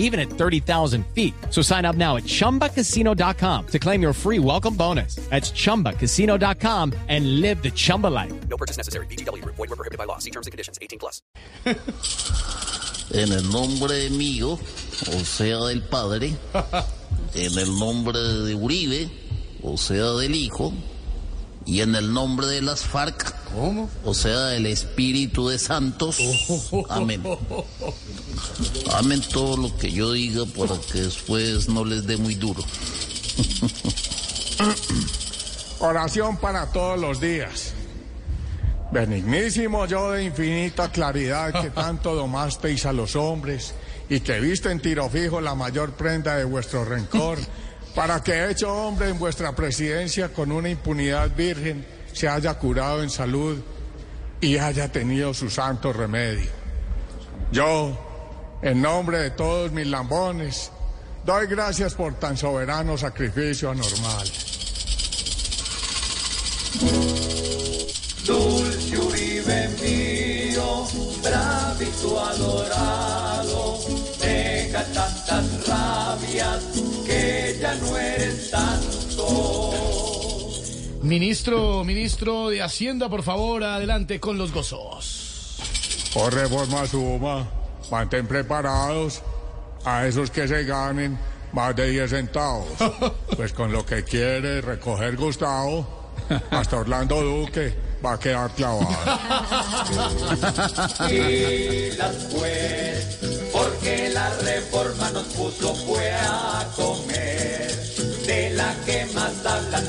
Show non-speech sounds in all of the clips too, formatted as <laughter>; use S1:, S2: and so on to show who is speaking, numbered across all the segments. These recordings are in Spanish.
S1: even at 30,000 feet. So sign up now at ChumbaCasino.com to claim your free welcome bonus. That's ChumbaCasino.com and live the Chumba life.
S2: No purchase necessary. BGW. Void were prohibited by law. See terms and conditions. 18 plus.
S3: En el nombre mío, o sea del Padre, en el nombre de Uribe, o sea del Hijo, y en el nombre de las FARC, o sea del Espíritu de Santos. Amén. Amén todo lo que yo diga para que después no les dé muy duro.
S4: Oración para todos los días. Benignísimo yo de infinita claridad que tanto domasteis a los hombres y que viste en tiro fijo la mayor prenda de vuestro rencor, para que hecho hombre en vuestra presidencia con una impunidad virgen se haya curado en salud y haya tenido su santo remedio. Yo, en nombre de todos mis lambones, doy gracias por tan soberano sacrificio anormal.
S5: Dulce Uribe mío, bravito adorado, deja tantas rabias que ya no eres tanto.
S6: Ministro, ministro de Hacienda, por favor, adelante con los gozos.
S4: Por reforma suma, mantén preparados a esos que se ganen más de 10 centavos. Pues con lo que quiere recoger Gustavo, hasta Orlando Duque va a quedar clavado.
S5: Y las pues, porque la reforma nos puso fue a comer, de la que más hablan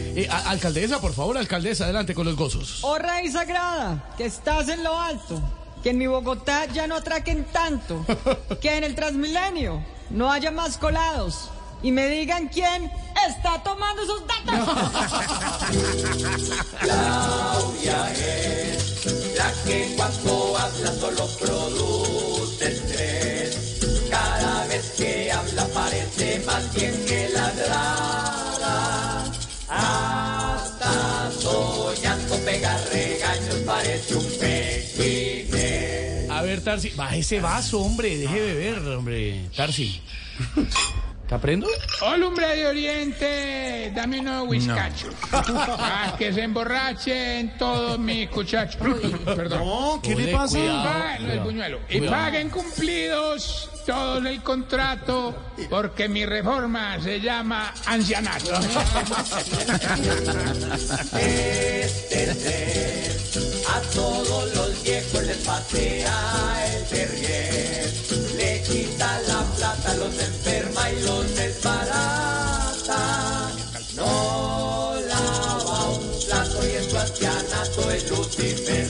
S6: Eh, a- alcaldesa, por favor, alcaldesa, adelante con los gozos.
S7: Oh raíz sagrada, que estás en lo alto, que en mi Bogotá ya no atraquen tanto, que en el Transmilenio no haya más colados y me digan quién está tomando esos datos.
S5: Claudia es la que cuando habla solo produce estrés. Cada vez que habla parece más bien que ladrada. Hasta soñando pega regaños parece un pequinés.
S6: A ver, Tarsi, baja ese vaso, hombre, deje de beber, hombre. <laughs> Tarsi. ¿Te aprendo?
S8: Hola, hombre de Oriente, dame unos whiskachos. Ah, que se emborrachen todos mis cuchachos. Uy, Perdón.
S6: ¿qué le pasa?
S8: Pa- no, el buñuelo. Y paguen cumplidos todo el contrato, porque mi reforma se llama ancianato.
S5: A todos los viejos les patea el terrier, le quita la plata, los enferma y los desbarata. No lava un plato y en su ancianato es Lucifer